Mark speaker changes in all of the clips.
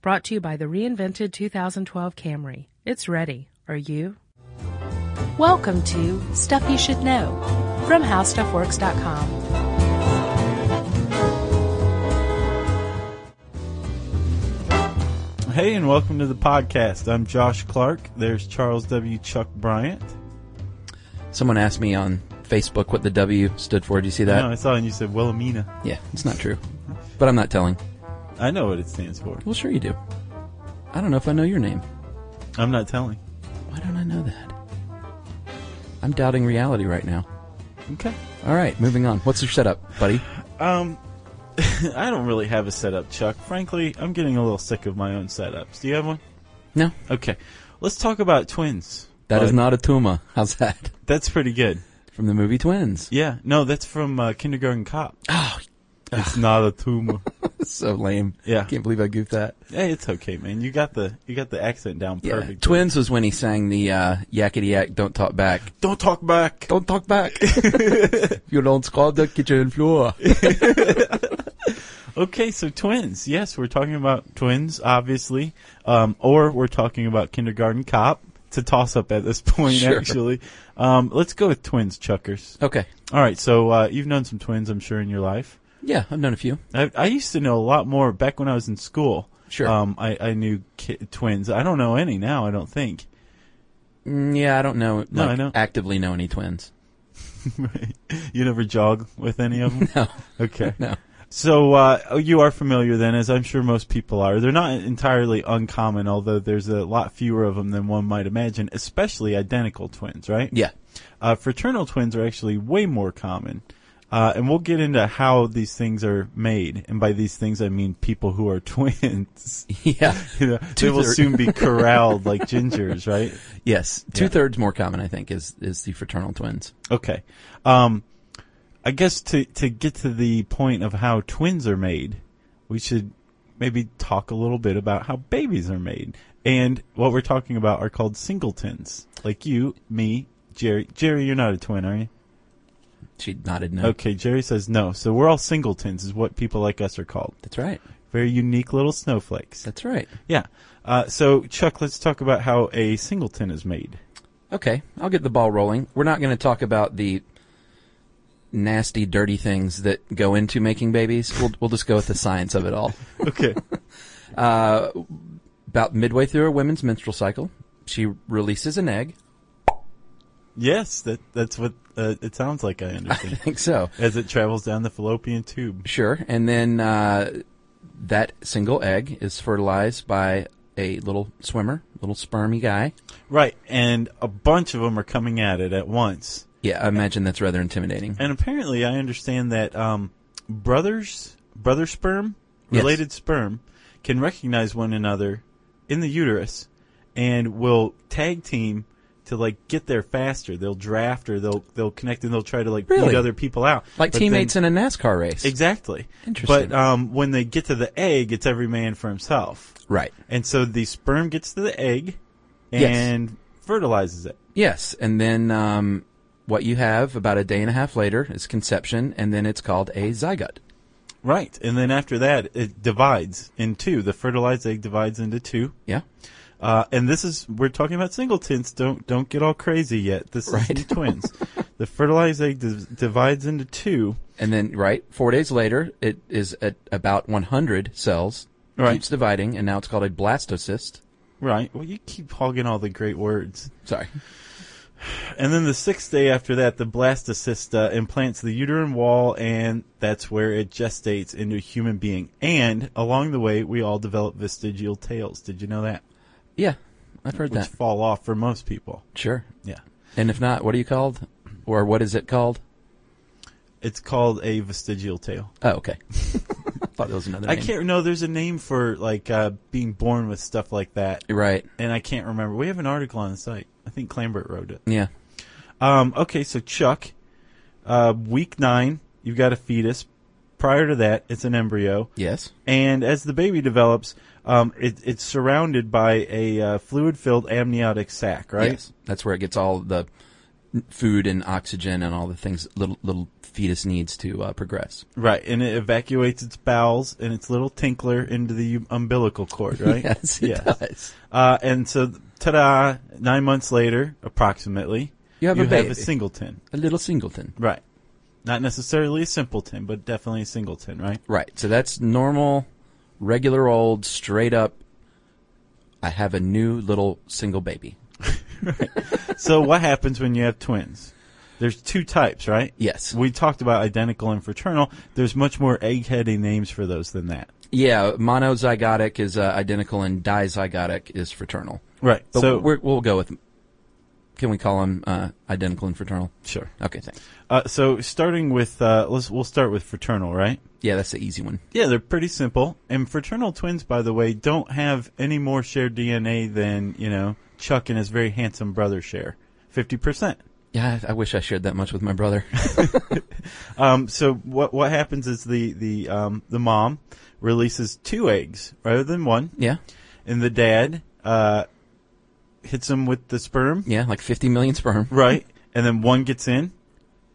Speaker 1: Brought to you by the reinvented 2012 Camry. It's ready. Are you? Welcome to Stuff You Should Know from HowStuffWorks.com.
Speaker 2: Hey, and welcome to the podcast. I'm Josh Clark. There's Charles W. Chuck Bryant.
Speaker 3: Someone asked me on Facebook what the W stood for. Did you see that?
Speaker 2: no, I saw and you said Wilhelmina.
Speaker 3: Yeah, it's not true. But I'm not telling.
Speaker 2: I know what it stands for.
Speaker 3: Well, sure you do. I don't know if I know your name.
Speaker 2: I'm not telling.
Speaker 3: Why don't I know that? I'm doubting reality right now.
Speaker 2: Okay.
Speaker 3: All right, moving on. What's your setup, buddy?
Speaker 2: Um, I don't really have a setup, Chuck. Frankly, I'm getting a little sick of my own setups. Do you have one?
Speaker 3: No,
Speaker 2: Okay. Let's talk about twins.
Speaker 3: that is
Speaker 2: Like,
Speaker 3: not a Tuma. How's that?
Speaker 2: That's pretty good.
Speaker 3: From the movie Twins.
Speaker 2: Yeah. No, that's from uh, Kindergarten Cop.
Speaker 3: Oh,
Speaker 2: It's not a tumor.
Speaker 3: so lame.
Speaker 2: Yeah.
Speaker 3: Can't believe I goofed that.
Speaker 2: hey, it's okay, man. You got the you got the accent down
Speaker 3: Yeah.
Speaker 2: perfect.
Speaker 3: Twins was when he sang the uh, yakety yak, don't talk back.
Speaker 2: Don't talk back.
Speaker 3: Don't talk back. you don't scrub the kitchen floor.
Speaker 2: Okay, so twins. Yes, we're talking about twins, obviously, um, or we're talking about Kindergarten Cop. It's a toss-up at this point,
Speaker 3: Sure.
Speaker 2: actually. Um, let's go with twins, Chuckers.
Speaker 3: okay.
Speaker 2: All right, so uh, you've known some twins, I'm sure, in your life.
Speaker 3: Yeah, I've known a few.
Speaker 2: I, I used to know a lot more back when I was in school.
Speaker 3: Sure.
Speaker 2: Um, I, I knew ki- twins. I don't know any now. I don't think.
Speaker 3: Mm, Yeah, I don't know.
Speaker 2: No,
Speaker 3: like,
Speaker 2: I know.
Speaker 3: Actively know any twins?
Speaker 2: you never jog with any of them.
Speaker 3: No,
Speaker 2: Okay.
Speaker 3: no.
Speaker 2: So uh, you are familiar then, as I'm sure most people are. They're not entirely uncommon, although there's a lot fewer of them than one might imagine, especially identical twins, right?
Speaker 3: Yeah,
Speaker 2: Uh, fraternal twins are actually way more common. Uh, and we'll get into how these things are made. And by these things, I mean people who are twins.
Speaker 3: yeah.
Speaker 2: You know, they will
Speaker 3: Two-third.
Speaker 2: soon be corralled like gingers, right?
Speaker 3: Yes, two thirds more common, I think, is is the fraternal twins.
Speaker 2: Okay. Um, I guess to, to get to the point of how twins are made, we should maybe talk a little bit about how babies are made. And what we're talking about are called singletons. Like you, me, Jerry. Jerry, you're not a twin, are you?
Speaker 3: She nodded no.
Speaker 2: Okay, Jerry says no. So we're all singletons, is what people like us are called.
Speaker 3: That's right.
Speaker 2: Very unique little snowflakes.
Speaker 3: That's right.
Speaker 2: Yeah. Uh, so, Chuck, let's talk about how a singleton is made.
Speaker 3: Okay, I'll get the ball rolling. We're not going to talk about the nasty, dirty things that go into making babies. We'll we'll just go with the science of it all.
Speaker 2: Okay.
Speaker 3: About midway through her women's menstrual cycle, she releases an egg.
Speaker 2: yes, that that's what uh, it sounds like, I understand.
Speaker 3: I think so.
Speaker 2: as it travels down the fallopian tube.
Speaker 3: Sure. And then uh, that single egg is fertilized by a little swimmer, little spermy guy.
Speaker 2: Right, and a bunch of them are coming at it at once.
Speaker 3: Yeah, I imagine that's rather intimidating.
Speaker 2: And apparently, I understand that um, brothers, brother sperm,
Speaker 3: Yes.
Speaker 2: related sperm, can recognize one another in the uterus and will tag team to like get there faster. They'll draft or they'll they'll connect and they'll try to like beat
Speaker 3: Really?
Speaker 2: other people out.
Speaker 3: Like
Speaker 2: But
Speaker 3: teammates
Speaker 2: then-
Speaker 3: in a NASCAR race.
Speaker 2: exactly.
Speaker 3: Interesting.
Speaker 2: But um, when they get to the egg, it's every man for himself.
Speaker 3: right.
Speaker 2: And so the sperm gets to the egg
Speaker 3: Yes.
Speaker 2: and fertilizes it.
Speaker 3: Yes. And then um, what you have about a day and a half later is conception, and then it's called a zygote.
Speaker 2: Right. And then after that, it divides in two. The fertilized egg divides into two.
Speaker 3: Yeah.
Speaker 2: Uh, and this is, we're talking about singletons. Don't, don't get all crazy yet. This is
Speaker 3: Right.
Speaker 2: the twins. the fertilized egg div- divides into two.
Speaker 3: And then, right, four days later, it is at about 100 cells.
Speaker 2: Right.
Speaker 3: Keeps dividing, and now it's called a blastocyst.
Speaker 2: Right. Well, you keep hogging all the great words.
Speaker 3: Sorry.
Speaker 2: And then the sixth day after that, the blastocyst uh, implants the uterine wall, and that's where it gestates into a human being. And along the way, we all develop vestigial tails. Did you know that?
Speaker 3: Yeah, I've heard
Speaker 2: Which
Speaker 3: that.
Speaker 2: fall off for most people.
Speaker 3: Sure.
Speaker 2: Yeah.
Speaker 3: And if not, what are you called? Or what is it called?
Speaker 2: It's called a vestigial tail.
Speaker 3: Oh, okay. I thought there was another
Speaker 2: I
Speaker 3: name.
Speaker 2: can't. No, there's a name for like uh, being born with stuff like that,
Speaker 3: Right.
Speaker 2: and I can't remember. We have an article on the site. I think Clambert wrote it.
Speaker 3: Yeah.
Speaker 2: Um, okay, so Chuck, uh, week nine, you've got a fetus. Prior to that, it's an embryo,
Speaker 3: Yes.
Speaker 2: and as the baby develops, um, it, it's surrounded by a uh, fluid-filled amniotic sac, right?
Speaker 3: Yes. That's where it gets all the food and oxygen and all the things little little fetus needs to uh, progress.
Speaker 2: Right, and it evacuates its bowels and its little tinkler into the um, umbilical cord, right?
Speaker 3: Yes, it does.
Speaker 2: Uh, and so, ta-da! Nine months later, approximately,
Speaker 3: You have a baby.
Speaker 2: singleton,
Speaker 3: A little singleton.
Speaker 2: right? Not necessarily a simpleton, but definitely a singleton, right?
Speaker 3: Right. So that's normal, regular old, straight up. I have a new little single baby.
Speaker 2: so, what happens when you have twins? There's two types, right?
Speaker 3: Yes.
Speaker 2: We talked about identical and fraternal. There's much more eggheady names for those than that.
Speaker 3: Yeah, monozygotic is uh, identical and dizygotic is fraternal.
Speaker 2: Right.
Speaker 3: But
Speaker 2: so
Speaker 3: we're, we'll go with. Can we call them uh, identical and fraternal?
Speaker 2: sure.
Speaker 3: Okay, thanks.
Speaker 2: Uh, so starting with uh, let's we'll start with fraternal, right?
Speaker 3: Yeah, that's the easy one.
Speaker 2: Yeah, they're pretty simple. And fraternal twins, by the way, don't have any more shared DNA than you know Chuck and his very handsome brother share, fifty percent.
Speaker 3: Yeah, I, I wish I shared that much with my brother.
Speaker 2: Um, so what what happens is the the um, the mom releases two eggs rather than one,
Speaker 3: yeah,
Speaker 2: and the dad uh, hits him with the sperm,
Speaker 3: yeah, like 50 million sperm.
Speaker 2: right? And then one gets in,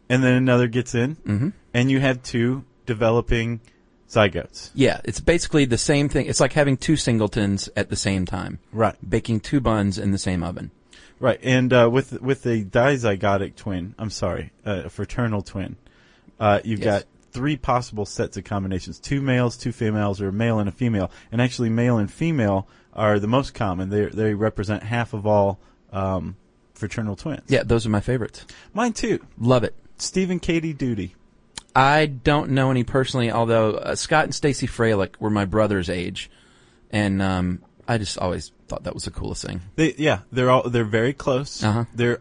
Speaker 2: and then another gets in,
Speaker 3: Mhm.
Speaker 2: and you have two developing zygotes,
Speaker 3: Yeah, it's basically the same thing. It's like having two singletons at the same time,
Speaker 2: right?
Speaker 3: baking two buns in the same oven.
Speaker 2: Right, and uh, with with a dizygotic twin, I'm sorry, uh, a fraternal twin, uh, you've
Speaker 3: Yes.
Speaker 2: got three possible sets of combinations: two males, two females, or a male and a female. And actually, male and female are the most common. They they represent half of all um, fraternal twins.
Speaker 3: Yeah, those are my favorites.
Speaker 2: mine too.
Speaker 3: Love it.
Speaker 2: Steve and Katie Duty.
Speaker 3: I don't know any personally, although uh, Scott and Stacy Fralick were my brother's age, and um, I just always thought that was the coolest thing.
Speaker 2: They yeah, they're all they're very close.
Speaker 3: Uh-huh.
Speaker 2: They're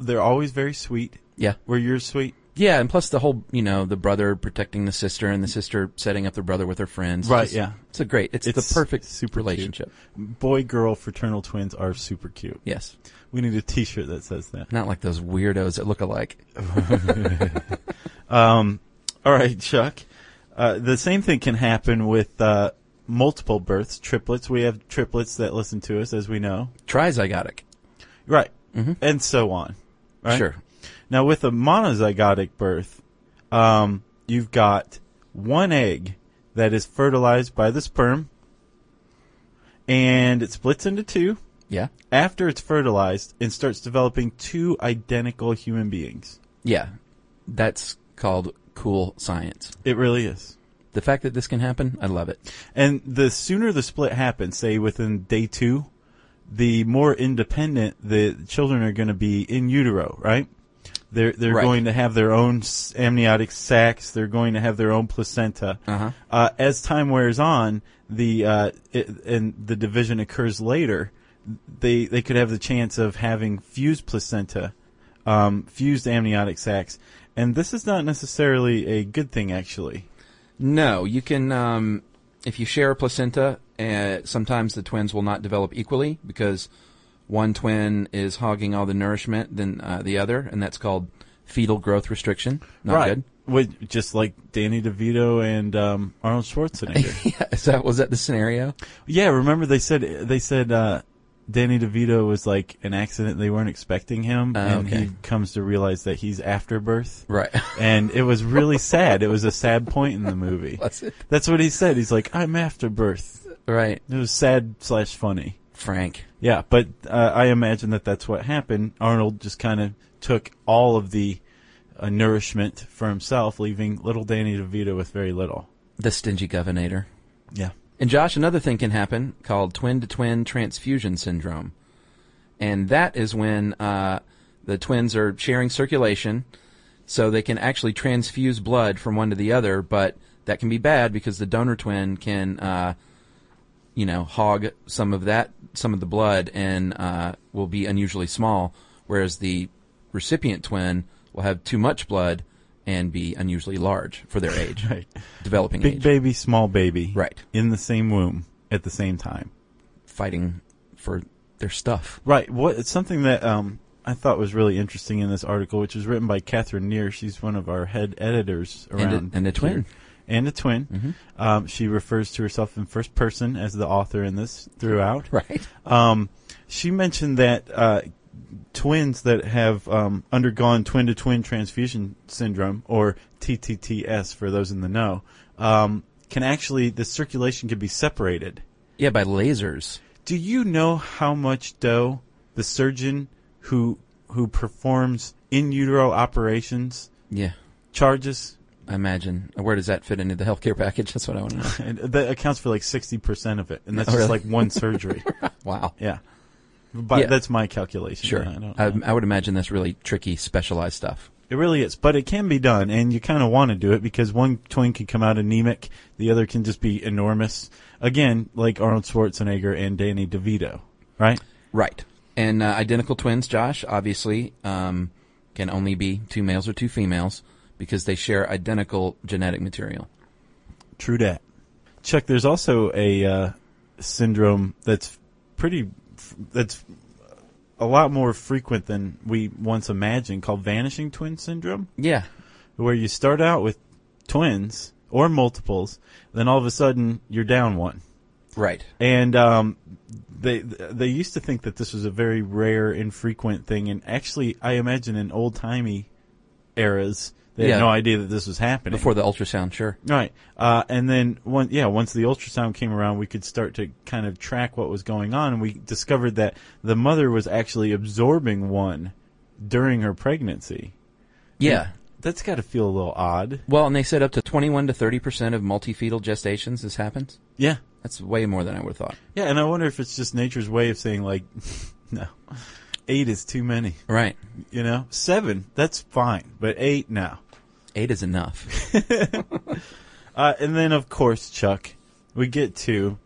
Speaker 2: they're always very sweet.
Speaker 3: Yeah,
Speaker 2: Where you're sweet.
Speaker 3: yeah, and plus the whole you know the brother protecting the sister and the sister setting up the brother with her friends.
Speaker 2: Right,
Speaker 3: It's-
Speaker 2: yeah.
Speaker 3: it's a great. It's,
Speaker 2: It's
Speaker 3: the perfect
Speaker 2: super cute.
Speaker 3: relationship.
Speaker 2: Boy girl fraternal twins are super cute.
Speaker 3: Yes,
Speaker 2: We need a T-shirt that says that.
Speaker 3: not like those weirdos that look alike.
Speaker 2: All right, Chuck. Uh, the same thing can happen with uh, multiple births, triplets. We have triplets that listen to us, as we know.
Speaker 3: Trizygotic.
Speaker 2: Right. And so on. Right?
Speaker 3: Sure.
Speaker 2: Now, with a monozygotic birth, um, you've got one egg that is fertilized by the sperm, and it splits into two
Speaker 3: Yeah.
Speaker 2: after it's fertilized and starts developing two identical human beings.
Speaker 3: Yeah. That's called cool science.
Speaker 2: It really is.
Speaker 3: The fact that this can happen, I love it.
Speaker 2: And the sooner the split happens, say within day two, the more independent the children are going to be in utero, right? They're they're
Speaker 3: Right.
Speaker 2: going to have their own s- amniotic sacs. They're going to have their own placenta.
Speaker 3: Uh-huh.
Speaker 2: Uh, as time wears on, the uh, it, and the division occurs later. They they could have the chance of having fused placenta, um, fused amniotic sacs, and this is not necessarily a good thing, actually.
Speaker 3: No, you can, um, if you share a placenta, uh, sometimes the twins will not develop equally because one twin is hogging all the nourishment than uh, the other, and that's called fetal growth restriction. Not good.
Speaker 2: With, just like Danny DeVito and um, Arnold Schwarzenegger.
Speaker 3: Yeah, is that, was that the scenario?
Speaker 2: yeah, remember they said they said uh, Danny DeVito was like an accident; they weren't expecting him,
Speaker 3: Oh,
Speaker 2: and
Speaker 3: okay.
Speaker 2: he comes to realize that he's after birth.
Speaker 3: Right.
Speaker 2: And it was really sad. It was a sad point in the movie.
Speaker 3: Was it?
Speaker 2: That's what he said. He's like, "I'm after birth."
Speaker 3: right.
Speaker 2: It was sad slash funny.
Speaker 3: Frank.
Speaker 2: Yeah, but uh, I imagine that that's what happened. Arnold just kind of took all of the uh, nourishment for himself, leaving little Danny DeVito with very little.
Speaker 3: The stingy governor.
Speaker 2: Yeah.
Speaker 3: And Josh, another thing can happen called twin to twin transfusion syndrome. And that is when uh, the twins are sharing circulation, so they can actually transfuse blood from one to the other, but that can be bad because the donor twin can, uh, you know, hog some of that, some of the blood, and uh, will be unusually small, whereas the recipient twin will have too much blood and be unusually large for their age,
Speaker 2: Right.
Speaker 3: developing
Speaker 2: Big
Speaker 3: age,
Speaker 2: baby, small baby.
Speaker 3: Right.
Speaker 2: In the same womb at the same time.
Speaker 3: fighting for their stuff.
Speaker 2: Right. What it's something that um I thought was really interesting in this article, which was written by Catherine Neer. She's one of our head editors
Speaker 3: a-
Speaker 2: around
Speaker 3: and a twin. Mm-hmm.
Speaker 2: here. And a twin. Um, she refers to herself in first person as the author in this throughout.
Speaker 3: Right.
Speaker 2: Um, she mentioned that uh, twins that have um, undergone twin to twin transfusion syndrome, or TTTS for those in the know, um, can actually, the circulation can be separated.
Speaker 3: Yeah, by lasers.
Speaker 2: Do you know how much dough the surgeon who who performs in utero operations
Speaker 3: Yeah,
Speaker 2: charges?
Speaker 3: I imagine. Where does that fit into the healthcare package? That's what I want to know.
Speaker 2: And that accounts for like sixty percent of it, and that's
Speaker 3: Oh,
Speaker 2: just
Speaker 3: really?
Speaker 2: like one surgery.
Speaker 3: Wow.
Speaker 2: yeah, but
Speaker 3: Yeah.
Speaker 2: that's my calculation.
Speaker 3: Sure. Uh,
Speaker 2: I don't
Speaker 3: I,
Speaker 2: know.
Speaker 3: I would imagine that's really tricky, specialized stuff.
Speaker 2: It really is, but it can be done, and you kind of want to do it because one twin can come out anemic, the other can just be enormous. Again, like Arnold Schwarzenegger and Danny DeVito, right?
Speaker 3: Right. And uh, identical twins, Josh, obviously, um, can only be two males or two females because they share identical genetic material.
Speaker 2: True dat. Chuck, there's also a uh, syndrome that's pretty, that's a lot more frequent than we once imagined, called vanishing twin syndrome,
Speaker 3: Yeah.
Speaker 2: where you start out with twins or multiples, then all of a sudden you're down one.
Speaker 3: Right.
Speaker 2: And um, they they used to think that this was a very rare, infrequent thing, and actually, I imagine in old timey eras, they
Speaker 3: Yeah.
Speaker 2: had no idea that this was happening.
Speaker 3: Before the ultrasound, sure.
Speaker 2: right? Uh, and then one, yeah, once the ultrasound came around, we could start to kind of track what was going on, and we discovered that the mother was actually absorbing one during her pregnancy.
Speaker 3: Yeah.
Speaker 2: That's got to feel a little odd.
Speaker 3: Well, and they said up to 21 to 30% of multifetal gestations this happens.
Speaker 2: Yeah,
Speaker 3: That's way more than I would have thought.
Speaker 2: yeah, and I wonder if it's just nature's way of saying like, no, eight is too many.
Speaker 3: Right.
Speaker 2: You know, seven, that's fine, but eight, no.
Speaker 3: Eight is enough.
Speaker 2: Uh, and then, of course, Chuck, we get to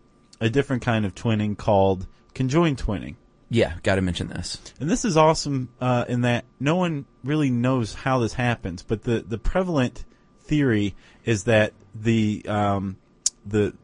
Speaker 2: a different kind of twinning called conjoined twinning.
Speaker 3: yeah, got to mention this.
Speaker 2: And this is awesome uh, in that no one really knows how this happens, but the, the prevalent theory is that the um, the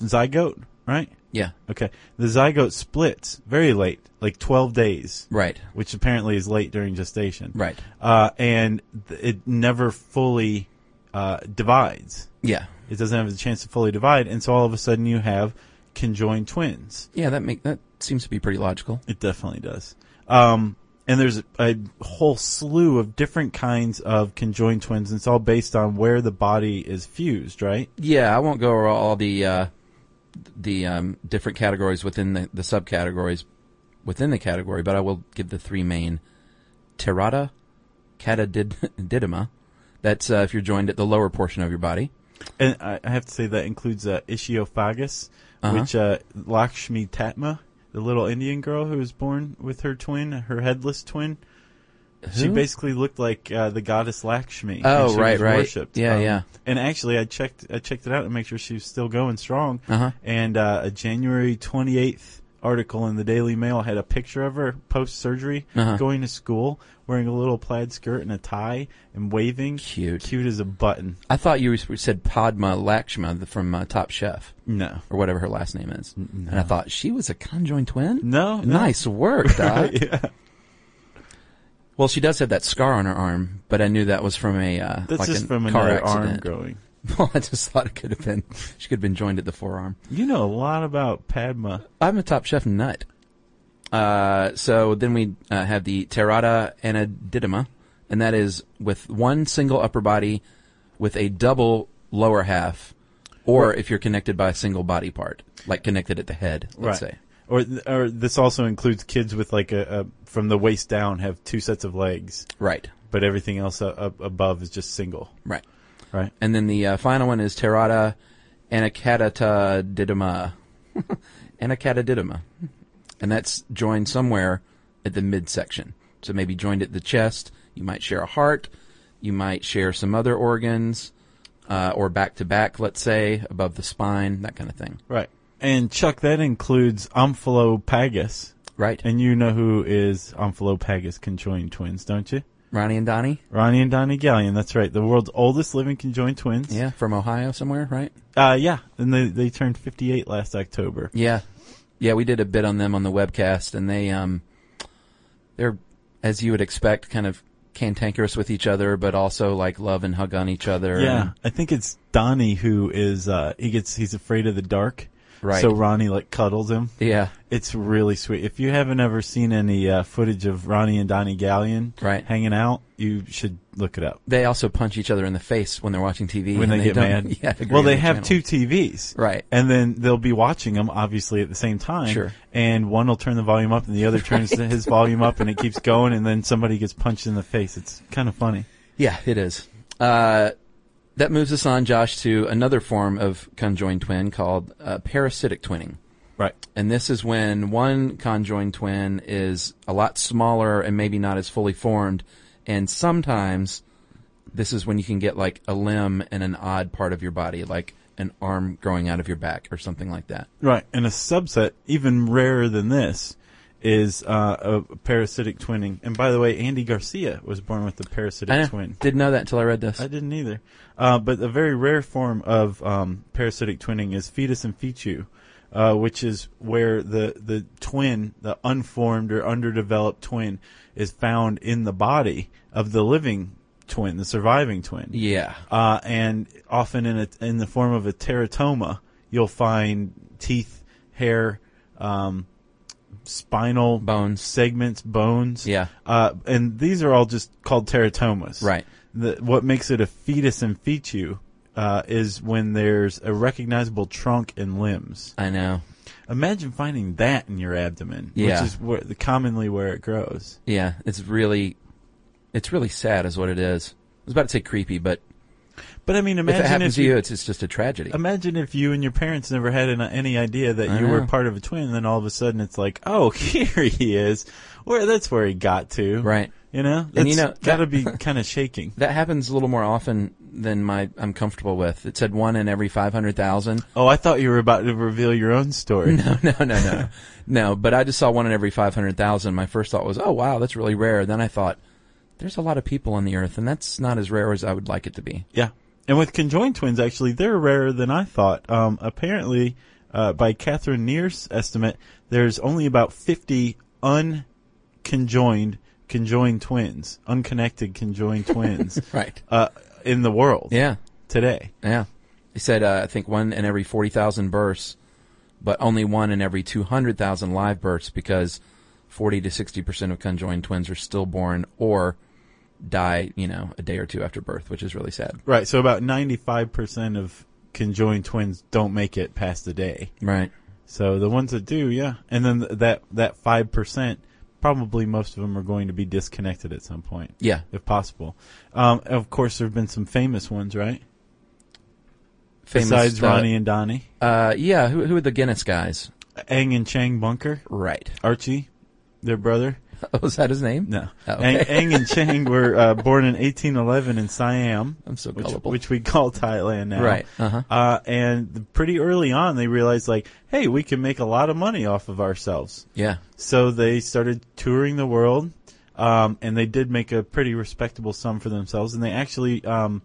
Speaker 2: zygote, right?
Speaker 3: Yeah.
Speaker 2: Okay, the zygote splits very late, like twelve days,
Speaker 3: Right.
Speaker 2: which apparently is late during gestation,
Speaker 3: Right.
Speaker 2: uh, and th- it never fully uh, divides.
Speaker 3: Yeah.
Speaker 2: It doesn't have the chance to fully divide, and so all of a sudden you have conjoined twins.
Speaker 3: Yeah, that make that seems to be pretty logical.
Speaker 2: It definitely does. Um, and there's a whole slew of different kinds of conjoined twins, and it's all based on where the body is fused, right?
Speaker 3: Yeah, I won't go over all the uh, the um, different categories within the, the subcategories within the category, but I will give the three main: terata, catadidyma. That's uh, if you're joined at the lower portion of your body.
Speaker 2: And I, I have to say that includes uh, Ischiophagus,
Speaker 3: Uh-huh.
Speaker 2: which uh, Lakshmi Tatma, the little Indian girl who was born with her twin, her headless twin. She
Speaker 3: Who?
Speaker 2: basically looked like uh, the goddess Lakshmi.
Speaker 3: Oh,
Speaker 2: and she
Speaker 3: right,
Speaker 2: was
Speaker 3: right.
Speaker 2: Worshipped. um,
Speaker 3: Yeah, yeah.
Speaker 2: And actually, I checked, I checked it out to make sure she was still going strong.
Speaker 3: Uh-huh.
Speaker 2: And uh, a January twenty eighth article in the Daily Mail had a picture of her post surgery,
Speaker 3: Uh-huh.
Speaker 2: going to school, wearing a little plaid skirt and a tie, and waving,
Speaker 3: Cute.
Speaker 2: cute as a button.
Speaker 3: I thought you said Padma Lakshma the- from uh, Top Chef
Speaker 2: No,
Speaker 3: or whatever her last name is, and I thought she was a conjoined twin.
Speaker 2: no, no.
Speaker 3: Nice work, Doc.
Speaker 2: yeah,
Speaker 3: Well, she does have that scar on her arm, but I knew that was from a uh,
Speaker 2: that's
Speaker 3: like
Speaker 2: just
Speaker 3: an
Speaker 2: from
Speaker 3: car
Speaker 2: another arm
Speaker 3: accident.
Speaker 2: growing.
Speaker 3: Well, I just thought it could have been. She could have been joined at the forearm.
Speaker 2: You know a lot about Padma.
Speaker 3: I'm a Top Chef nut. Uh, so then we uh, have the Terrata Anadidima, and that is with one single upper body with a double lower half, or if you're connected by a single body part, like connected at the head, let's say.
Speaker 2: Or, or this also includes kids with like a, a from the waist down have two sets of legs,
Speaker 3: Right,
Speaker 2: but everything else uh, up above is just single,
Speaker 3: right.
Speaker 2: right?
Speaker 3: And then the uh, final one is Terrata Anacatadidima. Anacatadidima. And that's joined somewhere at the midsection. So maybe joined at the chest. You might share a heart. You might share some other organs. Uh, or back to back, let's say, above the spine, that kind of thing.
Speaker 2: Right. And Chuck, that includes Omphalopagus,
Speaker 3: Right?
Speaker 2: and you know who is Omphalopagus conjoined twins, don't you?
Speaker 3: Ronnie and Donnie?
Speaker 2: Ronnie and Donnie Gallion. That's right, the world's oldest living conjoined twins.
Speaker 3: Yeah, from Ohio somewhere, right?
Speaker 2: Uh, yeah. And they they turned 58 last October.
Speaker 3: Yeah, yeah, we did a bit on them on the webcast, and they um, they're as you would expect, kind of cantankerous with each other, but also like love and hug on each other.
Speaker 2: Yeah, I think it's Donnie who is uh, he gets he's afraid of the dark,
Speaker 3: Right.
Speaker 2: So Ronnie like cuddles him.
Speaker 3: Yeah.
Speaker 2: It's really sweet. If you haven't ever seen any uh, footage of Ronnie and Donnie Gallion
Speaker 3: Right.
Speaker 2: hanging out, you should look it up.
Speaker 3: They also punch each other in the face when they're watching TV.
Speaker 2: when
Speaker 3: and
Speaker 2: they, get
Speaker 3: don't-
Speaker 2: mad.
Speaker 3: Yeah, agree
Speaker 2: well,
Speaker 3: on
Speaker 2: they
Speaker 3: the
Speaker 2: have
Speaker 3: channel.
Speaker 2: two TVs,
Speaker 3: Right.
Speaker 2: And then they'll be watching them obviously at the same time.
Speaker 3: Sure.
Speaker 2: And one will turn the volume up, and the other turns his volume up, and it keeps going. And then somebody gets punched in the face. It's kind of funny.
Speaker 3: Yeah, it is. Uh, that moves us on, Josh, to another form of conjoined twin called uh, parasitic twinning.
Speaker 2: Right.
Speaker 3: And this is when one conjoined twin is a lot smaller and maybe not as fully formed. And sometimes this is when you can get like a limb and an odd part of your body, like an arm growing out of your back or something like that.
Speaker 2: Right. And a subset, even rarer than this, is uh, a parasitic twinning. And by the way, Andy Garcia was born with a parasitic
Speaker 3: I know-
Speaker 2: twin.
Speaker 3: didn't know that until I read this.
Speaker 2: I didn't either. Uh, but a very rare form of um, parasitic twinning is fetus and fetu, uh, which is where the, the twin, the unformed or underdeveloped twin, is found in the body of the living twin, the surviving twin.
Speaker 3: yeah.
Speaker 2: Uh, and often in a, in the form of a teratoma, you'll find teeth, hair, um, spinal
Speaker 3: Bones.
Speaker 2: segments, bones.
Speaker 3: Yeah.
Speaker 2: Uh, and these are all just called teratomas.
Speaker 3: Right.
Speaker 2: The, what makes it a fetus and fetu uh, is when there's a recognizable trunk and limbs.
Speaker 3: I know.
Speaker 2: Imagine finding that in your abdomen,
Speaker 3: Yeah.
Speaker 2: which is where, commonly where it grows.
Speaker 3: Yeah. It's really, it's really sad is what it is. I was about to say creepy, but
Speaker 2: But I mean,
Speaker 3: if
Speaker 2: imagine
Speaker 3: it happens to
Speaker 2: you
Speaker 3: you, it's, it's just a tragedy.
Speaker 2: Imagine if you and your parents never had an, any idea that
Speaker 3: I
Speaker 2: you were
Speaker 3: know.
Speaker 2: part of a twin, and then all of a sudden it's like, oh, here he is. Where that's where he got to,
Speaker 3: Right.
Speaker 2: You know,
Speaker 3: And you
Speaker 2: That's
Speaker 3: know,
Speaker 2: gotta
Speaker 3: that-
Speaker 2: be kind of shaking.
Speaker 3: That happens a little more often than my I'm comfortable with. It said one in every five hundred thousand.
Speaker 2: Oh, I thought you were about to reveal your own story.
Speaker 3: No, no, no, no, no. But I just saw one in every five hundred thousand. My first thought was, oh wow, that's really rare. Then I thought, there's a lot of people on the earth, and that's not as rare as I would like it to be.
Speaker 2: Yeah, and with conjoined twins, actually, they're rarer than I thought. Um, apparently, uh, by Catherine Neer's estimate, there's only about fifty unconjoined conjoined twins, unconnected conjoined twins,
Speaker 3: Right.
Speaker 2: uh, in the world
Speaker 3: Yeah,
Speaker 2: today.
Speaker 3: yeah. He said, uh, I think one in every forty thousand births, but only one in every two hundred thousand live births because forty to sixty percent of conjoined twins are stillborn or die, you know, a day or two after birth, which is really sad.
Speaker 2: Right. So about 95% of conjoined twins don't make it past the day.
Speaker 3: Right.
Speaker 2: So the ones that do, yeah. And then th- that, that 5%, probably most of them are going to be disconnected at some point,
Speaker 3: Yeah.
Speaker 2: if possible. Um, of course, there have been some famous ones, right?
Speaker 3: famous
Speaker 2: Besides
Speaker 3: uh,
Speaker 2: Ronnie and Donnie.
Speaker 3: Uh, yeah, who, who are the Guinness guys?
Speaker 2: Aang and Chang Bunker.
Speaker 3: Right.
Speaker 2: Archie, their brother.
Speaker 3: Oh, is that his name?
Speaker 2: No.
Speaker 3: Oh, okay.
Speaker 2: Aang, Aang and Chang were uh, born in 1811 in Siam.
Speaker 3: I'm so
Speaker 2: which,
Speaker 3: gullible.
Speaker 2: which we call Thailand now.
Speaker 3: Right, uh-huh.
Speaker 2: Uh, and pretty early on, they realized like, hey, we can make a lot of money off of ourselves.
Speaker 3: Yeah.
Speaker 2: So they started touring the world, um, and they did make a pretty respectable sum for themselves. And they actually um,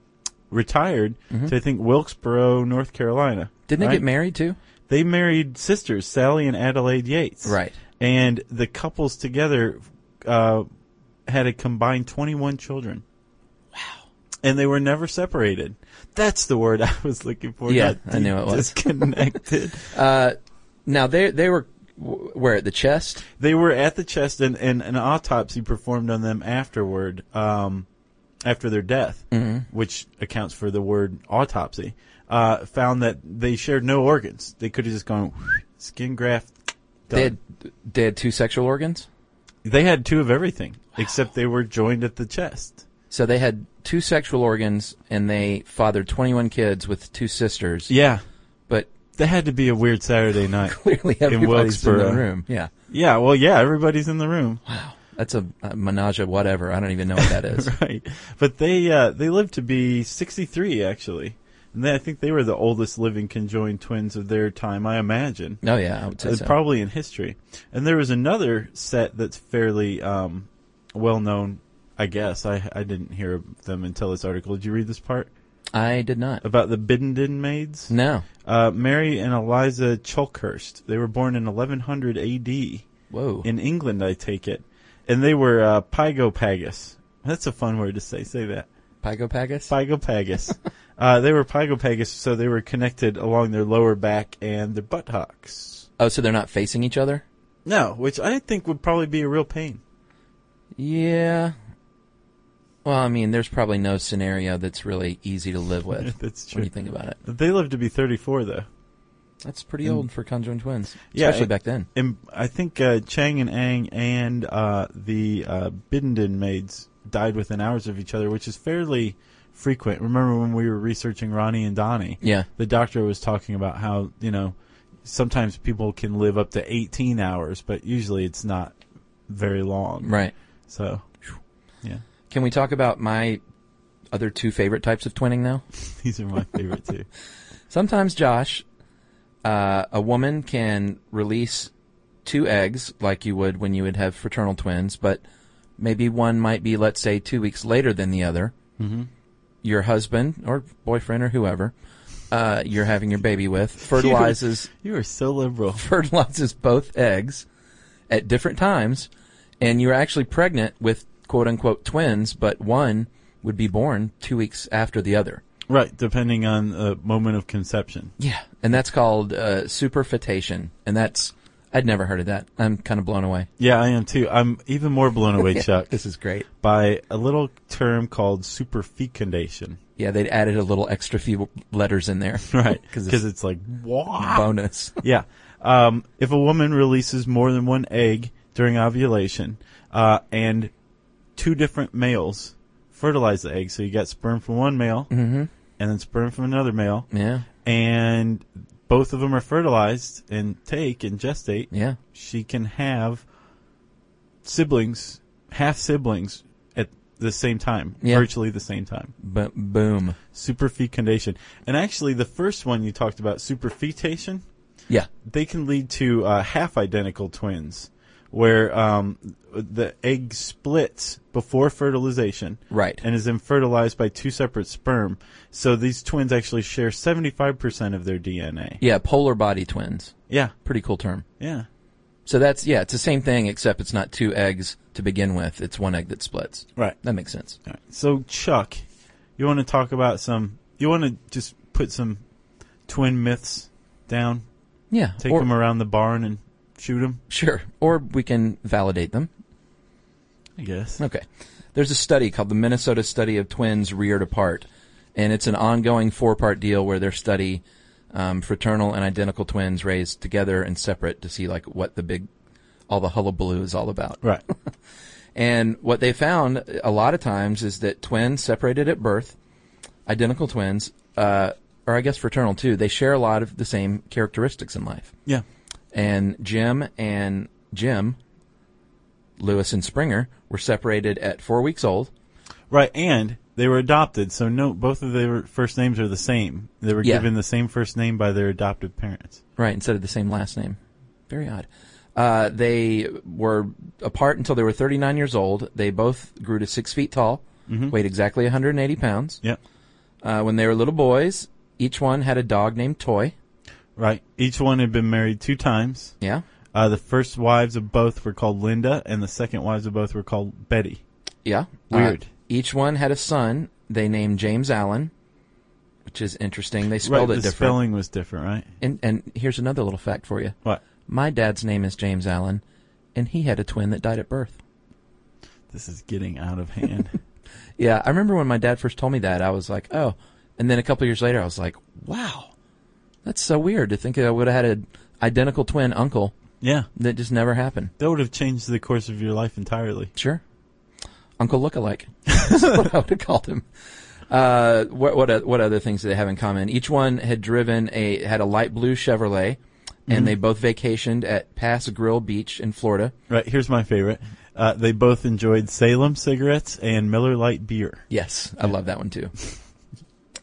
Speaker 2: retired to I think Wilkesboro, North Carolina.
Speaker 3: Mm-hmm. Didn't they
Speaker 2: right?
Speaker 3: get married too?
Speaker 2: They married sisters, Sally and Adelaide Yates.
Speaker 3: Right.
Speaker 2: And the couples together uh, had a combined 21 children. Wow. And they were never separated. That's the word I was looking for.
Speaker 3: Yeah,
Speaker 2: not
Speaker 3: I knew it was.
Speaker 2: Disconnected.
Speaker 3: Uh, now they they were w- where at the chest.
Speaker 2: they were at the chest, and, and an autopsy performed on them afterward, um, after their death,
Speaker 3: Mm-hmm.
Speaker 2: which accounts for the word autopsy. Uh, found that they shared no organs. They could have just gone skin graft.
Speaker 3: They
Speaker 2: done.
Speaker 3: had, they had two sexual organs,
Speaker 2: They had two of everything, except they were joined at the chest.
Speaker 3: so they had two sexual organs, and they fathered 21 kids with two sisters.
Speaker 2: Yeah.
Speaker 3: But
Speaker 2: That had to be a weird Saturday night.
Speaker 3: clearly, everybody's in, the
Speaker 2: Wilkesboro.
Speaker 3: room. Yeah.
Speaker 2: yeah, well, yeah, everybody's in the room.
Speaker 3: That's a, a menage a whatever. I don't even know what that is.
Speaker 2: Right. But they uh, they lived to be 63, actually. And they, I think they were the oldest living conjoined twins of their time, I imagine.
Speaker 3: oh yeah, I would say
Speaker 2: Uh,
Speaker 3: so.
Speaker 2: Probably in history. And there was another set that's fairly um, well known, I guess. I, I didn't hear of them until this article. Did you read this part?
Speaker 3: I did not.
Speaker 2: About the Biddenden maids?
Speaker 3: No.
Speaker 2: Uh, Mary and Eliza Cholkhurst. They were born in 1100 A.D.
Speaker 3: Whoa.
Speaker 2: in England, I take it, and they were uh, Pygopagus. That's a fun word to say. Say that.
Speaker 3: Pygopagus?
Speaker 2: Pygopagus. uh, they were Pygopagus, so they were connected along their lower back and their butthocks.
Speaker 3: oh, so they're not facing each other?
Speaker 2: No, which I think would probably be a real pain.
Speaker 3: Yeah. Well, I mean, there's probably no scenario that's really easy to live with.
Speaker 2: That's true.
Speaker 3: When you think about it,
Speaker 2: They lived to be 34, though.
Speaker 3: that's pretty old for conjoined twins,
Speaker 2: Yeah,
Speaker 3: especially
Speaker 2: it-
Speaker 3: back then.
Speaker 2: And I think uh, Chang and Ang and uh, the uh, Bindon maids died within hours of each other, which is fairly frequent. Remember when we were researching Ronnie and Donnie?
Speaker 3: Yeah.
Speaker 2: The doctor was talking about how, you know, sometimes people can live up to 18 hours, but usually it's not very long.
Speaker 3: Right.
Speaker 2: So, yeah.
Speaker 3: Can we talk about my other two favorite types of twinning now?
Speaker 2: These are my favorite too.
Speaker 3: Sometimes, Josh, uh, a woman can release two eggs like you would when you would have fraternal twins, but maybe one might be, let's say, two weeks later than the other. Mm-hmm. Your husband or boyfriend or whoever uh, you're having your baby with fertilizes
Speaker 2: You are so liberal.
Speaker 3: fertilizes both eggs at different times, and you're actually pregnant with quote unquote twins, but one would be born two weeks after the other.
Speaker 2: Right, depending on the moment of conception.
Speaker 3: Yeah, and that's called uh, superfetation, and that's I'd never heard of that. I'm kind of blown away.
Speaker 2: Yeah, I am too. I'm even more blown away, Chuck,
Speaker 3: This is great.
Speaker 2: by a little term called superfecundation.
Speaker 3: Yeah, they'd added a little extra few letters in there,
Speaker 2: Right,
Speaker 3: Because
Speaker 2: because it's like wow.
Speaker 3: bonus.
Speaker 2: yeah. Um, if a woman releases more than one egg during ovulation, uh, and two different males fertilize the egg, so you got sperm from one male,
Speaker 3: Mm-hmm.
Speaker 2: and then sperm from another male,
Speaker 3: Yeah,
Speaker 2: and both of them are fertilized and take and gestate,
Speaker 3: yeah.
Speaker 2: she can have siblings, half siblings at the same time,
Speaker 3: Yeah.
Speaker 2: virtually the same time.
Speaker 3: But boom.
Speaker 2: Superfecundation. And actually, the first one you talked about, superfetation,
Speaker 3: Yeah,
Speaker 2: they can lead to uh, half identical twins where um, the egg splits before fertilization
Speaker 3: Right.
Speaker 2: and is then fertilized by two separate sperm. So these twins actually share 75% of their DNA.
Speaker 3: yeah. Polar body twins.
Speaker 2: Yeah.
Speaker 3: Pretty cool term.
Speaker 2: Yeah.
Speaker 3: So that's yeah, it's the same thing except it's not two eggs to begin with. It's one egg that splits.
Speaker 2: Right.
Speaker 3: That makes sense.
Speaker 2: All right. So, Chuck, you want to talk about some? You want to just put some twin myths down,
Speaker 3: Yeah.
Speaker 2: take
Speaker 3: or-
Speaker 2: them around the barn, and shoot them?
Speaker 3: Sure. Or we can validate them.
Speaker 2: I guess.
Speaker 3: Okay. There's a study called the Minnesota Study of Twins Reared Apart, and it's an ongoing four part deal where they study um, fraternal and identical twins raised together and separate to see like what the big, all the hullabaloo is all about.
Speaker 2: Right.
Speaker 3: And what they found a lot of times is that twins separated at birth, identical twins, uh, or I guess fraternal too, they share a lot of the same characteristics in life
Speaker 2: Yeah.
Speaker 3: and Jim and Jim, Lewis and Springer, were separated at four weeks old.
Speaker 2: Right. And they were adopted, so no, both of their first names are the same. They were
Speaker 3: Yeah.
Speaker 2: given the same first name by their adoptive parents.
Speaker 3: Right, instead of the same last name. Very odd. Uh, they were apart until they were 39 years old. They both grew to six feet tall, weighed exactly 180 pounds.
Speaker 2: Yep.
Speaker 3: Uh, when they were little boys, each one had a dog named Toy.
Speaker 2: Right. Each one had been married two times.
Speaker 3: Yeah.
Speaker 2: Uh, the first wives of both were called Linda, and the second wives of both were called Betty.
Speaker 3: Yeah.
Speaker 2: Weird.
Speaker 3: Uh, each one had a son. They named James Allen, which is interesting. They spelled
Speaker 2: right.
Speaker 3: it
Speaker 2: the
Speaker 3: different.
Speaker 2: spelling was different, right?
Speaker 3: And, and here's another little fact for you.
Speaker 2: What?
Speaker 3: My dad's name is James Allen, and he had a twin that died at birth.
Speaker 2: This is getting out of hand.
Speaker 3: Yeah, I remember when my dad first told me that, I was like, oh. And then a couple years later, I was like, wow, that's so weird to think that I would have had an identical twin uncle
Speaker 2: yeah.
Speaker 3: that just never happened.
Speaker 2: That would have changed the course of your life entirely.
Speaker 3: Sure. Uncle lookalike. That's what I would have called him. Uh, what what o- what other things do they have in common? Each one had driven a had a light blue Chevrolet, and they both vacationed at Pass Grill Beach in Florida.
Speaker 2: Right, here's my favorite. Uh, they both enjoyed Salem cigarettes and Miller Lite beer.
Speaker 3: Yes, I love that one too.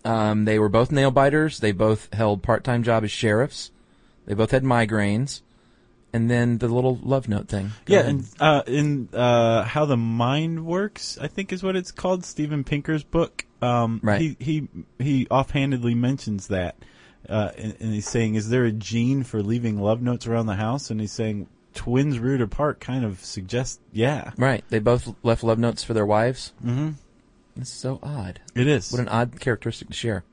Speaker 3: Um, they were both nail biters. They both held part-time job as sheriffs. They both had migraines, and then the little love note thing. Go
Speaker 2: yeah,
Speaker 3: ahead.
Speaker 2: and uh, in uh, How the Mind Works, I think is what it's called, Steven Pinker's book. Um,
Speaker 3: Right.
Speaker 2: He, he, he offhandedly mentions that. Uh, and, and he's saying, is there a gene for leaving love notes around the house? And he's saying, twins reared apart kind of suggests, yeah.
Speaker 3: right. They both left love notes for their wives. Mm-hmm. This is so odd.
Speaker 2: It is.
Speaker 3: What an odd characteristic to share.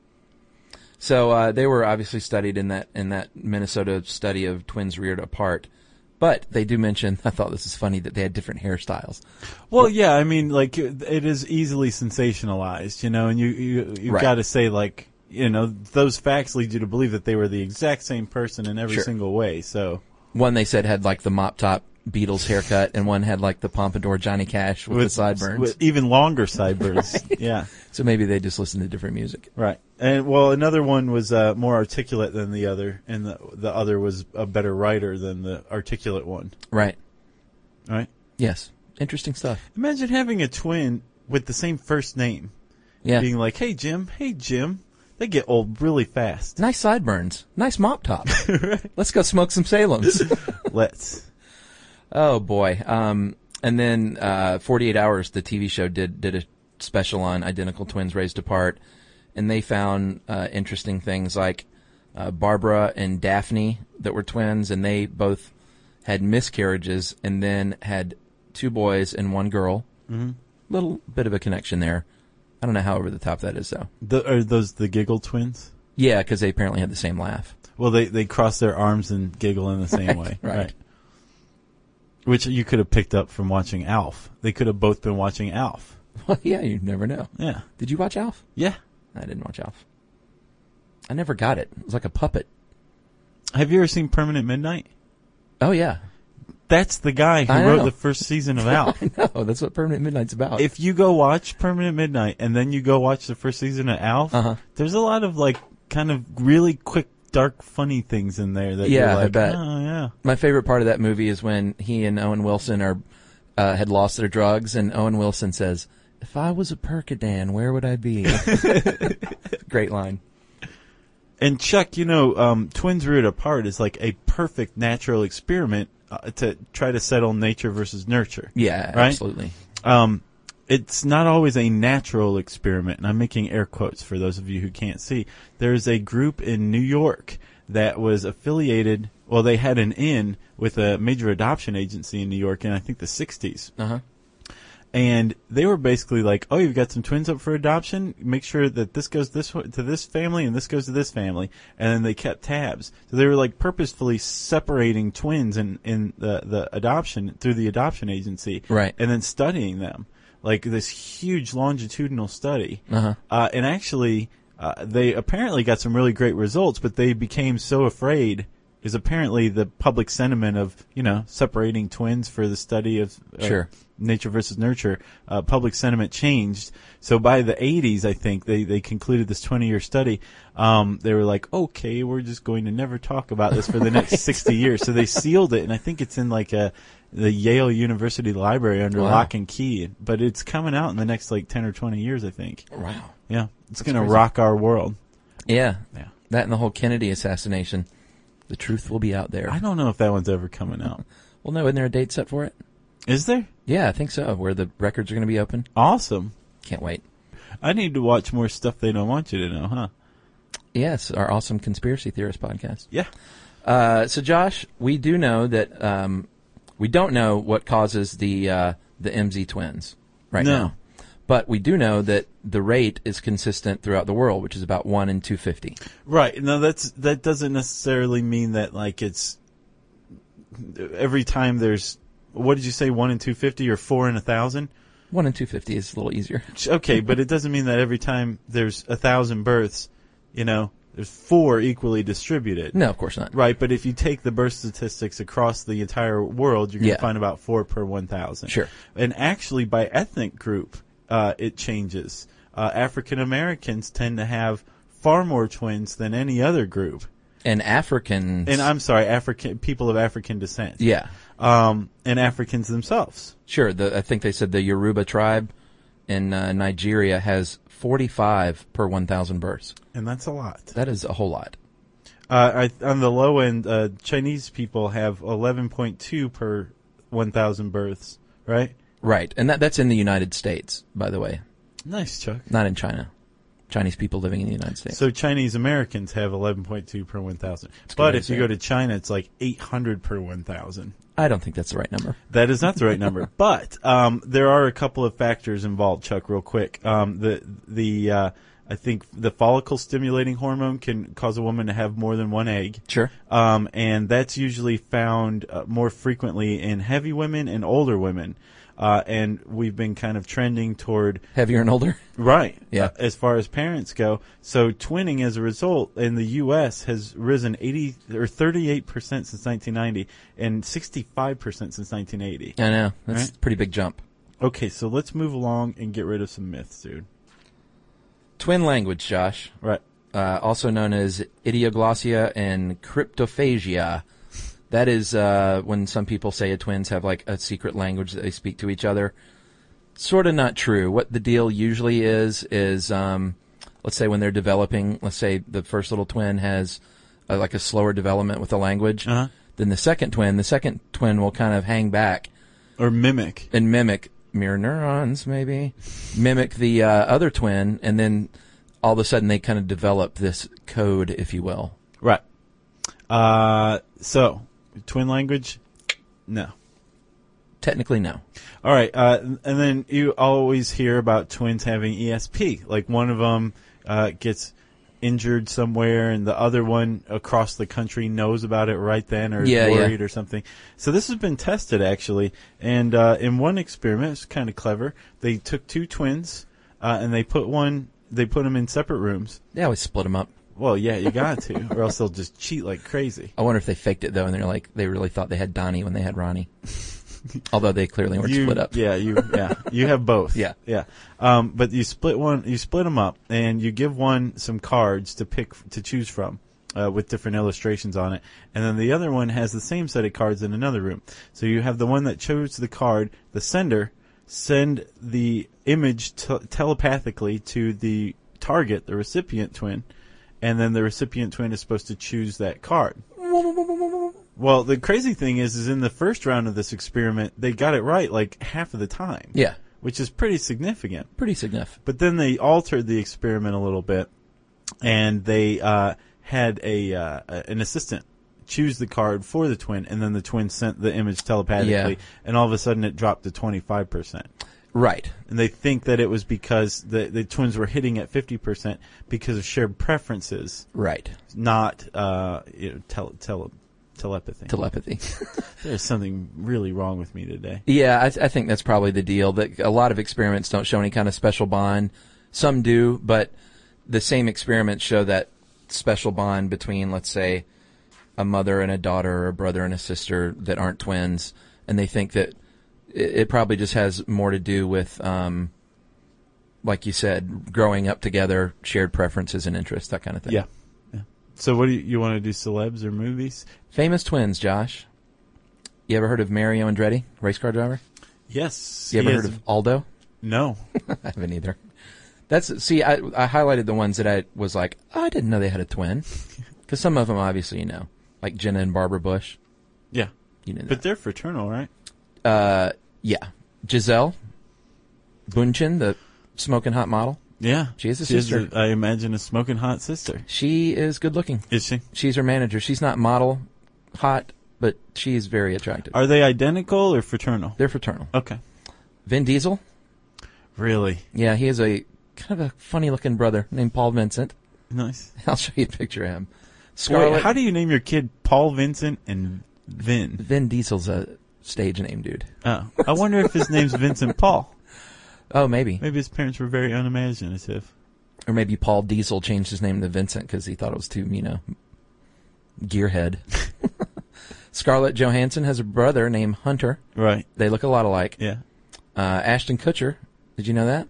Speaker 3: So uh, they were obviously studied in that in that Minnesota study of twins reared apart, but they do mention. I thought this is funny that they had different hairstyles.
Speaker 2: Well, yeah, I mean, like it is easily sensationalized, you know, and you you you
Speaker 3: Right.
Speaker 2: got to say like, you know, those facts lead you to believe that they were the exact same person in every
Speaker 3: Sure.
Speaker 2: single way. So
Speaker 3: One they said had like the mop top Beatles haircut, and one had like the pompadour Johnny Cash with, the sideburns.
Speaker 2: with even longer sideburns, yeah,
Speaker 3: so maybe they just listened to different music.
Speaker 2: right. And well, another one was uh, more articulate than the other, and the the other was a better writer than the articulate one.
Speaker 3: Right.
Speaker 2: Right?
Speaker 3: Yes. Interesting stuff.
Speaker 2: Imagine having a twin with the same first name,
Speaker 3: Yeah.
Speaker 2: being like, "Hey Jim, hey Jim." They get old really fast.
Speaker 3: nice sideburns. Nice mop top. Let's go smoke some Salems.
Speaker 2: Let's.
Speaker 3: Oh boy. Um, and then uh, 48 Hours, the TV show, did did a special on identical twins raised apart, and they found uh, interesting things like uh, Barbara and Daphne that were twins, and they both had miscarriages, and then had two boys and one girl. Mm-hmm. Little bit of a connection there. I don't know how over the top that is though.
Speaker 2: The, are those the giggle twins?
Speaker 3: Yeah, because they apparently had the same laugh.
Speaker 2: Well, they, they cross their arms and giggle in the same way.
Speaker 3: right.
Speaker 2: Which you could have picked up from watching Alf. They could have both been watching Alf.
Speaker 3: Well, yeah, you never know.
Speaker 2: Yeah.
Speaker 3: Did you watch Alf?
Speaker 2: Yeah.
Speaker 3: I didn't watch Alf. I never got it. It was like a puppet.
Speaker 2: Have you ever seen Permanent Midnight?
Speaker 3: Oh yeah.
Speaker 2: That's the guy who
Speaker 3: I
Speaker 2: wrote
Speaker 3: know.
Speaker 2: the first season of Alf.
Speaker 3: No, that's what Permanent Midnight's about.
Speaker 2: if you go watch Permanent Midnight and then you go watch the first season of Alf,
Speaker 3: Uh-huh.
Speaker 2: there's a lot of like kind of really quick, dark, funny things in there that
Speaker 3: Yeah,
Speaker 2: you're
Speaker 3: I
Speaker 2: like,
Speaker 3: bet.
Speaker 2: oh yeah.
Speaker 3: My favorite part of that movie is when he and Owen Wilson are uh, had lost their drugs, and Owen Wilson says, "If I was a Percodan, where would I be?" Great line.
Speaker 2: And Chuck, you know, um, twins reared apart is like a perfect natural experiment uh, to try to settle nature versus nurture.
Speaker 3: Yeah,
Speaker 2: Right?
Speaker 3: absolutely.
Speaker 2: Um, it's not always a natural experiment, and I'm making air quotes for those of you who can't see. There's a group in New York that was affiliated. Well, they had an in with a major adoption agency in New York in I think the 60s
Speaker 3: Uh huh.
Speaker 2: and they were basically like, "Oh, you've got some twins up for adoption. Make sure that this goes this way- to this family and this goes to this family." And then they kept tabs, so they were like purposefully separating twins in in the the adoption through the adoption agency,
Speaker 3: Right.
Speaker 2: And then studying them, like this huge longitudinal study,
Speaker 3: Uh-huh.
Speaker 2: Uh, and actually. Uh, they apparently got some really great results, but they became so afraid is apparently the public sentiment of, you know, separating twins for the study of uh,
Speaker 3: Sure.
Speaker 2: nature versus nurture, uh, public sentiment changed. So by the 80s, I think they, they concluded this 20 year study. Um, they were like, okay, we're just going to never talk about this for the next 60 years. So they sealed it, and I think it's in like a the Yale University Library under
Speaker 3: Wow.
Speaker 2: lock and key. But it's coming out in the next like 10 or 20 years, I think.
Speaker 3: Wow.
Speaker 2: Yeah, it's going to
Speaker 3: crazy.
Speaker 2: rock our world.
Speaker 3: Yeah.
Speaker 2: Yeah.
Speaker 3: That and the whole Kennedy assassination. The truth will be out there.
Speaker 2: I don't know if that one's ever coming out.
Speaker 3: well, no, isn't there a date set for it?
Speaker 2: Is there?
Speaker 3: Yeah, I think so. Where the records are going to be open.
Speaker 2: Awesome.
Speaker 3: Can't wait.
Speaker 2: I need to watch more stuff they don't want you to know, huh?
Speaker 3: Yes, our awesome conspiracy theorist podcast.
Speaker 2: Yeah.
Speaker 3: Uh, so, Josh, we do know that um, we don't know what causes the uh, the MZ twins right
Speaker 2: No.
Speaker 3: now, but we do know that the rate is consistent throughout the world, which is about one in two fifty.
Speaker 2: Right. Now that's that doesn't necessarily mean that like it's every time there's what did you say one in two fifty or four in a thousand?
Speaker 3: One in two fifty is a little easier.
Speaker 2: Okay, but it doesn't mean that every time there's a thousand births, you know, there's four equally distributed.
Speaker 3: No, of course not.
Speaker 2: Right, but if you take the birth statistics across the entire world, you're going to
Speaker 3: Yeah.
Speaker 2: find about four per 1,000.
Speaker 3: Sure.
Speaker 2: And actually, by ethnic group, uh, it changes. Uh, African Americans tend to have far more twins than any other group.
Speaker 3: And Africans,
Speaker 2: and I'm sorry, African people of African descent.
Speaker 3: yeah,
Speaker 2: Um, and Africans themselves.
Speaker 3: sure. The, I think they said the Yoruba tribe in uh, Nigeria has forty five per one thousand births.
Speaker 2: And that's a lot.
Speaker 3: That is a whole lot.
Speaker 2: Uh, I, on the low end, uh, Chinese people have 11.2 per 1,000 births, right?
Speaker 3: Right, and that that's in the United States, by the way,
Speaker 2: Nice, Chuck.
Speaker 3: not in China. Chinese people living in the United States.
Speaker 2: So Chinese Americans have 11.2 per 1,000. But if you
Speaker 3: crazy.
Speaker 2: go to China, it's like 800 per 1,000.
Speaker 3: I don't think that's the right number.
Speaker 2: That is not the right number, but um, there are a couple of factors involved, Chuck. Real quick, um, the the uh, I think the follicle stimulating hormone can cause a woman to have more than one egg.
Speaker 3: Sure.
Speaker 2: um, and that's usually found uh, more frequently in heavy women and older women, uh, and we've been kind of trending toward
Speaker 3: Heavier and older.
Speaker 2: Right.
Speaker 3: Yeah.
Speaker 2: Uh, as far as parents go, so twinning as a result in the U.S. has risen 80 or 38 percent since 1990 and 65 percent since 1980.
Speaker 3: I know. That's
Speaker 2: Right.
Speaker 3: a pretty big jump.
Speaker 2: Okay, so let's move along and get rid of some myths, dude.
Speaker 3: Twin language, Josh,
Speaker 2: Right.
Speaker 3: uh, also known as idioglossia and cryptophagia. That is uh, when some people say twins have like a secret language that they speak to each other. Sort of not true. What the deal usually is is, um, let's say when they're developing, let's say the first little twin has uh, like a slower development with the language
Speaker 2: Uh-huh.
Speaker 3: than the second twin. The second twin will kind of hang back
Speaker 2: Or mimic.
Speaker 3: and mimic mirror neurons, maybe mimic the uh, other twin, and then all of a sudden they kind of develop this code, if you will.
Speaker 2: Right. Uh, so twin language, no.
Speaker 3: Technically, no.
Speaker 2: All right, uh, and then you always hear about twins having ESP. Like one of them uh, gets injured somewhere, and the other one across the country knows about it right then, or is
Speaker 3: Yeah, yeah.
Speaker 2: worried or something. So this has been tested actually, and uh, in one experiment, it's kind of clever. They took two twins, uh, and they put one, they put them in separate rooms.
Speaker 3: They always split them up.
Speaker 2: Well, yeah, you got to, or else they'll just cheat like crazy.
Speaker 3: I wonder if they faked it though, and they're like they really thought they had Donnie when they had Ronnie, although they clearly weren't
Speaker 2: you,
Speaker 3: split up.
Speaker 2: Yeah, you yeah you have both.
Speaker 3: Yeah.
Speaker 2: yeah. Um, but you split one, you split them up, and you give one some cards to pick to choose from. Uh, with different illustrations on it, and then the other one has the same set of cards in another room. So you have the one that chose the card, the sender send the image t- telepathically to the target, the recipient twin, and then the recipient twin is supposed to choose that card. Well, the crazy thing is, is in the first round of this experiment, they got it right like half of the time.
Speaker 3: Yeah.
Speaker 2: Which is pretty significant.
Speaker 3: Pretty significant.
Speaker 2: But then they altered the experiment a little bit, and they uh, had a uh, a- an assistant choose the card for the twin, and then the twin sent the image telepathically,
Speaker 3: Yeah.
Speaker 2: and all of a sudden it dropped to twenty five percent.
Speaker 3: Right.
Speaker 2: And they think that it was because the the twins were hitting at fifty percent because of shared preferences,
Speaker 3: Right.
Speaker 2: not uh, you know, tele, tele telepathy.
Speaker 3: Telepathy.
Speaker 2: There's something really wrong with me today.
Speaker 3: Yeah, I, I think that's probably the deal. That a lot of experiments don't show any kind of special bond. Some do, but the same experiments show that special bond between, let's say, a mother and a daughter, or a brother and a sister that aren't twins, and they think that it, it probably just has more to do with, um, like you said, growing up together, shared preferences and interests, that kind of thing.
Speaker 2: Yeah. Yeah. So what do you, you want to do? Celebs or movies?
Speaker 3: Famous twins, Josh. You ever heard of Mario Andretti, race car driver?
Speaker 2: Yes.
Speaker 3: You ever
Speaker 2: he
Speaker 3: heard
Speaker 2: is-
Speaker 3: of Aldo?
Speaker 2: No.
Speaker 3: I haven't either. That's see, I I highlighted the ones that I was like, "Oh, I didn't know they had a twin, because some of them obviously you know, like Jenna and Barbara Bush,
Speaker 2: yeah.
Speaker 3: you know.
Speaker 2: But they're fraternal, right?
Speaker 3: that. uh, yeah, Giselle Bundchen, the smoking hot model,
Speaker 2: Yeah.
Speaker 3: She is a sister.
Speaker 2: I imagine a smoking hot sister.
Speaker 3: she is good looking.
Speaker 2: Is she?
Speaker 3: She's her manager. She's not model hot, but she is very attractive.
Speaker 2: Are they identical or fraternal?
Speaker 3: They're fraternal.
Speaker 2: Okay.
Speaker 3: Vin Diesel,
Speaker 2: Really
Speaker 3: yeah, he is a kind of a funny looking brother named Paul Vincent.
Speaker 2: nice.
Speaker 3: I'll show you a picture of him. Scarlett,
Speaker 2: Wait, how do you name your kid Paul Vincent and Vin?
Speaker 3: Vin Diesel's a stage name, dude.
Speaker 2: Oh, I wonder if his name's Vincent Paul.
Speaker 3: Oh, maybe.
Speaker 2: Maybe his parents were very unimaginative.
Speaker 3: Or maybe Paul Diesel changed his name to Vincent because he thought it was too, you know, gearhead. Scarlett Johansson has a brother named Hunter.
Speaker 2: Right.
Speaker 3: They look a lot alike.
Speaker 2: Yeah.
Speaker 3: Uh, Ashton Kutcher. Did you know that?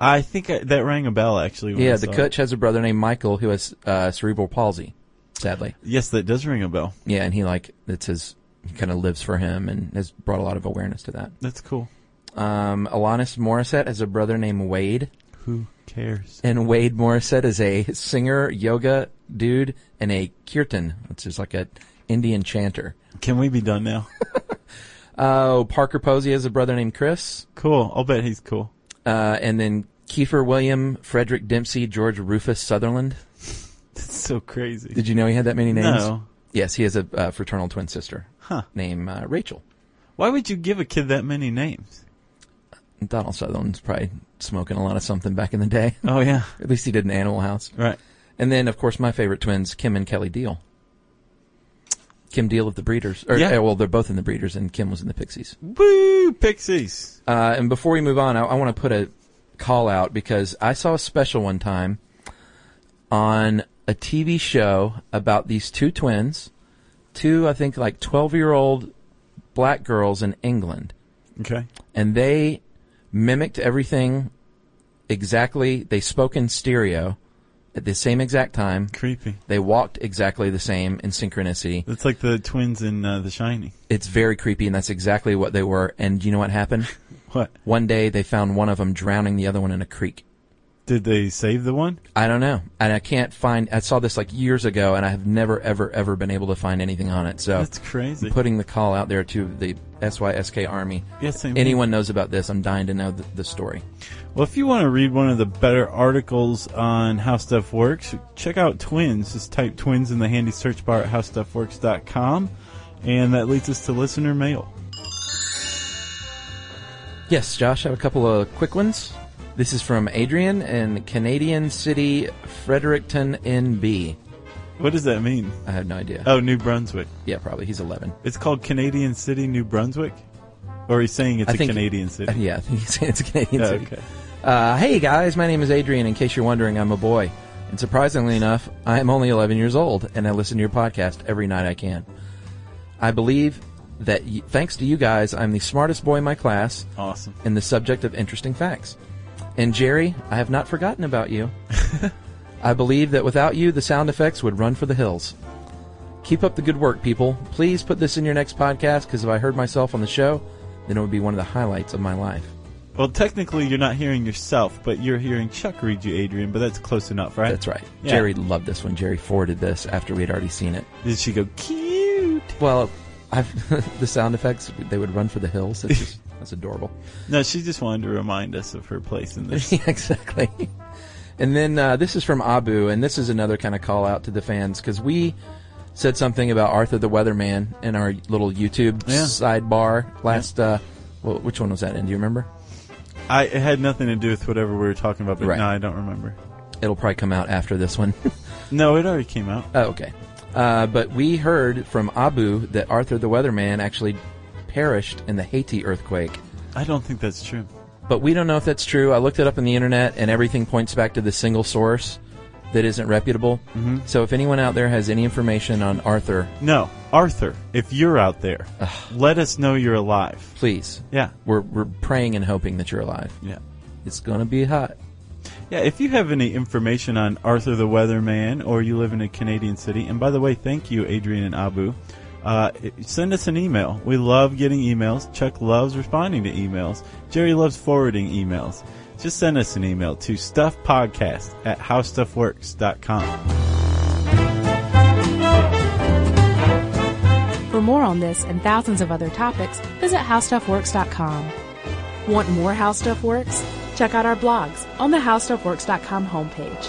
Speaker 2: I think I, that rang a bell actually. When I
Speaker 3: yeah, the
Speaker 2: saw it.
Speaker 3: Kutch has a brother named Michael who has uh, cerebral palsy, sadly.
Speaker 2: Yes, that does ring a bell.
Speaker 3: Yeah, and he, like, it's his, he kind of lives for him and has brought a lot of awareness to that.
Speaker 2: That's cool.
Speaker 3: Um, Alanis Morissette has a brother named Wade.
Speaker 2: Who cares?
Speaker 3: And Wade Morissette is a singer, yoga dude, and a kirtan, which is like a Indian chanter.
Speaker 2: Can we be done now?
Speaker 3: Oh, Parker Posey has a brother named Chris,
Speaker 2: cool. I'll bet he's cool.
Speaker 3: uh, and then Kiefer William, Frederick Dempsey, George Rufus Sutherland.
Speaker 2: That's so crazy.
Speaker 3: Did you know he had that many names?
Speaker 2: No.
Speaker 3: Yes, he has a uh, fraternal twin sister
Speaker 2: Huh.
Speaker 3: named uh, Rachel.
Speaker 2: Why would you give a kid that many names?
Speaker 3: Donald Sutherland's probably smoking a lot of something back in the day.
Speaker 2: Oh yeah.
Speaker 3: At least he did an Animal House.
Speaker 2: Right.
Speaker 3: And then, of course, my favorite twins, Kim and Kelly Deal. Kim Deal of the Breeders. Or,
Speaker 2: Yeah.
Speaker 3: eh, Well, they're both in the Breeders, and Kim was in the Pixies.
Speaker 2: Woo, Pixies.
Speaker 3: Uh, and before we move on, I, I want to put a call out because I saw a special one time on a TV show about these two twins, two, I think, like 12 year old black girls in England.
Speaker 2: Okay.
Speaker 3: and they mimicked everything exactly. They spoke in stereo at the same exact time.
Speaker 2: Creepy.
Speaker 3: They walked exactly the same in synchronicity.
Speaker 2: That's like the twins in uh, The Shining.
Speaker 3: It's very creepy, and that's exactly what they were. And you know what happened?
Speaker 2: What?
Speaker 3: One day they found one of them drowning the other one in a creek.
Speaker 2: Did they save the one?
Speaker 3: I don't know. And I can't find, I saw this like years ago, and I have never, ever, ever been able to find anything on it. So
Speaker 2: That's crazy.
Speaker 3: I'm putting the call out there to the SYSK Army.
Speaker 2: Yeah, same here.
Speaker 3: Anyone knows about this, I'm dying to know the, the story.
Speaker 2: Well, if you want to read one of the better articles on how stuff works, check out Twins. Just type Twins in the handy search bar at howstuffworks.com, and that leads us to listener mail.
Speaker 3: Yes, Josh, I have a couple of quick ones. This is from Adrian in Canadian City, Fredericton, NB.
Speaker 2: What does that mean?
Speaker 3: I have no idea.
Speaker 2: Oh, New Brunswick.
Speaker 3: Yeah, probably. He's 11.
Speaker 2: It's called Canadian City, New Brunswick? Or he's saying it's
Speaker 3: I
Speaker 2: a
Speaker 3: think-
Speaker 2: Canadian city?
Speaker 3: Yeah, I think he's saying it's a Canadian
Speaker 2: Oh,
Speaker 3: city.
Speaker 2: okay.
Speaker 3: Uh, hey, guys, my name is Adrian. In case you're wondering, I'm a boy. And surprisingly enough, I am only 11 years old, and I listen to your podcast every night I can. I believe that y- thanks to you guys, I'm the smartest boy in my class,
Speaker 2: Awesome.
Speaker 3: and the subject of interesting facts. And Jerry, I have not forgotten about you. I believe that without you, the sound effects would run for the hills. Keep up the good work, people. Please put this in your next podcast because if I heard myself on the show, then it would be one of the highlights of my life.
Speaker 2: Well, technically, you're not hearing yourself, but you're hearing Chuck read you, Adrian, but that's close enough, right?
Speaker 3: That's right.
Speaker 2: Yeah.
Speaker 3: Jerry loved this one. Jerry forwarded this after we had already seen it.
Speaker 2: Did she go, cute?
Speaker 3: Well, I've, the sound effects, they would run for the hills. It's just, that's adorable.
Speaker 2: No, she just wanted to remind us of her place in this.
Speaker 3: yeah, exactly. And then uh, this is from Abu, and this is another kind of call out to the fans because we said something about Arthur the Weatherman in our little YouTube
Speaker 2: Yeah.
Speaker 3: sidebar last. Uh, well, which one was that? in? do you remember?
Speaker 2: I, it had nothing to do with whatever we were talking about, but
Speaker 3: Right.
Speaker 2: no, I don't remember.
Speaker 3: It'll probably come out after this one.
Speaker 2: No, it already came out.
Speaker 3: oh, okay. Uh, but we heard from Abu that Arthur the Weatherman actually perished in the Haiti earthquake.
Speaker 2: I don't think that's true.
Speaker 3: But we don't know if that's true. I looked it up on the internet, and everything points back to the single source that isn't reputable. So if anyone out there has any information on Arthur,
Speaker 2: No, Arthur, if you're out there, let us know you're alive.
Speaker 3: please,
Speaker 2: Yeah,
Speaker 3: we're, we're praying and hoping that you're alive.
Speaker 2: yeah.
Speaker 3: It's going to be hot.
Speaker 2: Yeah, if you have any information on Arthur the Weatherman or you live in a Canadian city, and by the way, thank you, Adrian and Abu, uh, it- send us an email. We love getting emails. Chuck loves responding to emails. Jerry loves forwarding emails. Just send us an email to stuffpodcast at howstuffworks.com.
Speaker 1: For more on this and thousands of other topics, visit howstuffworks.com. Want more How Stuff Works? Check out our blogs on the howstuffworks.com homepage.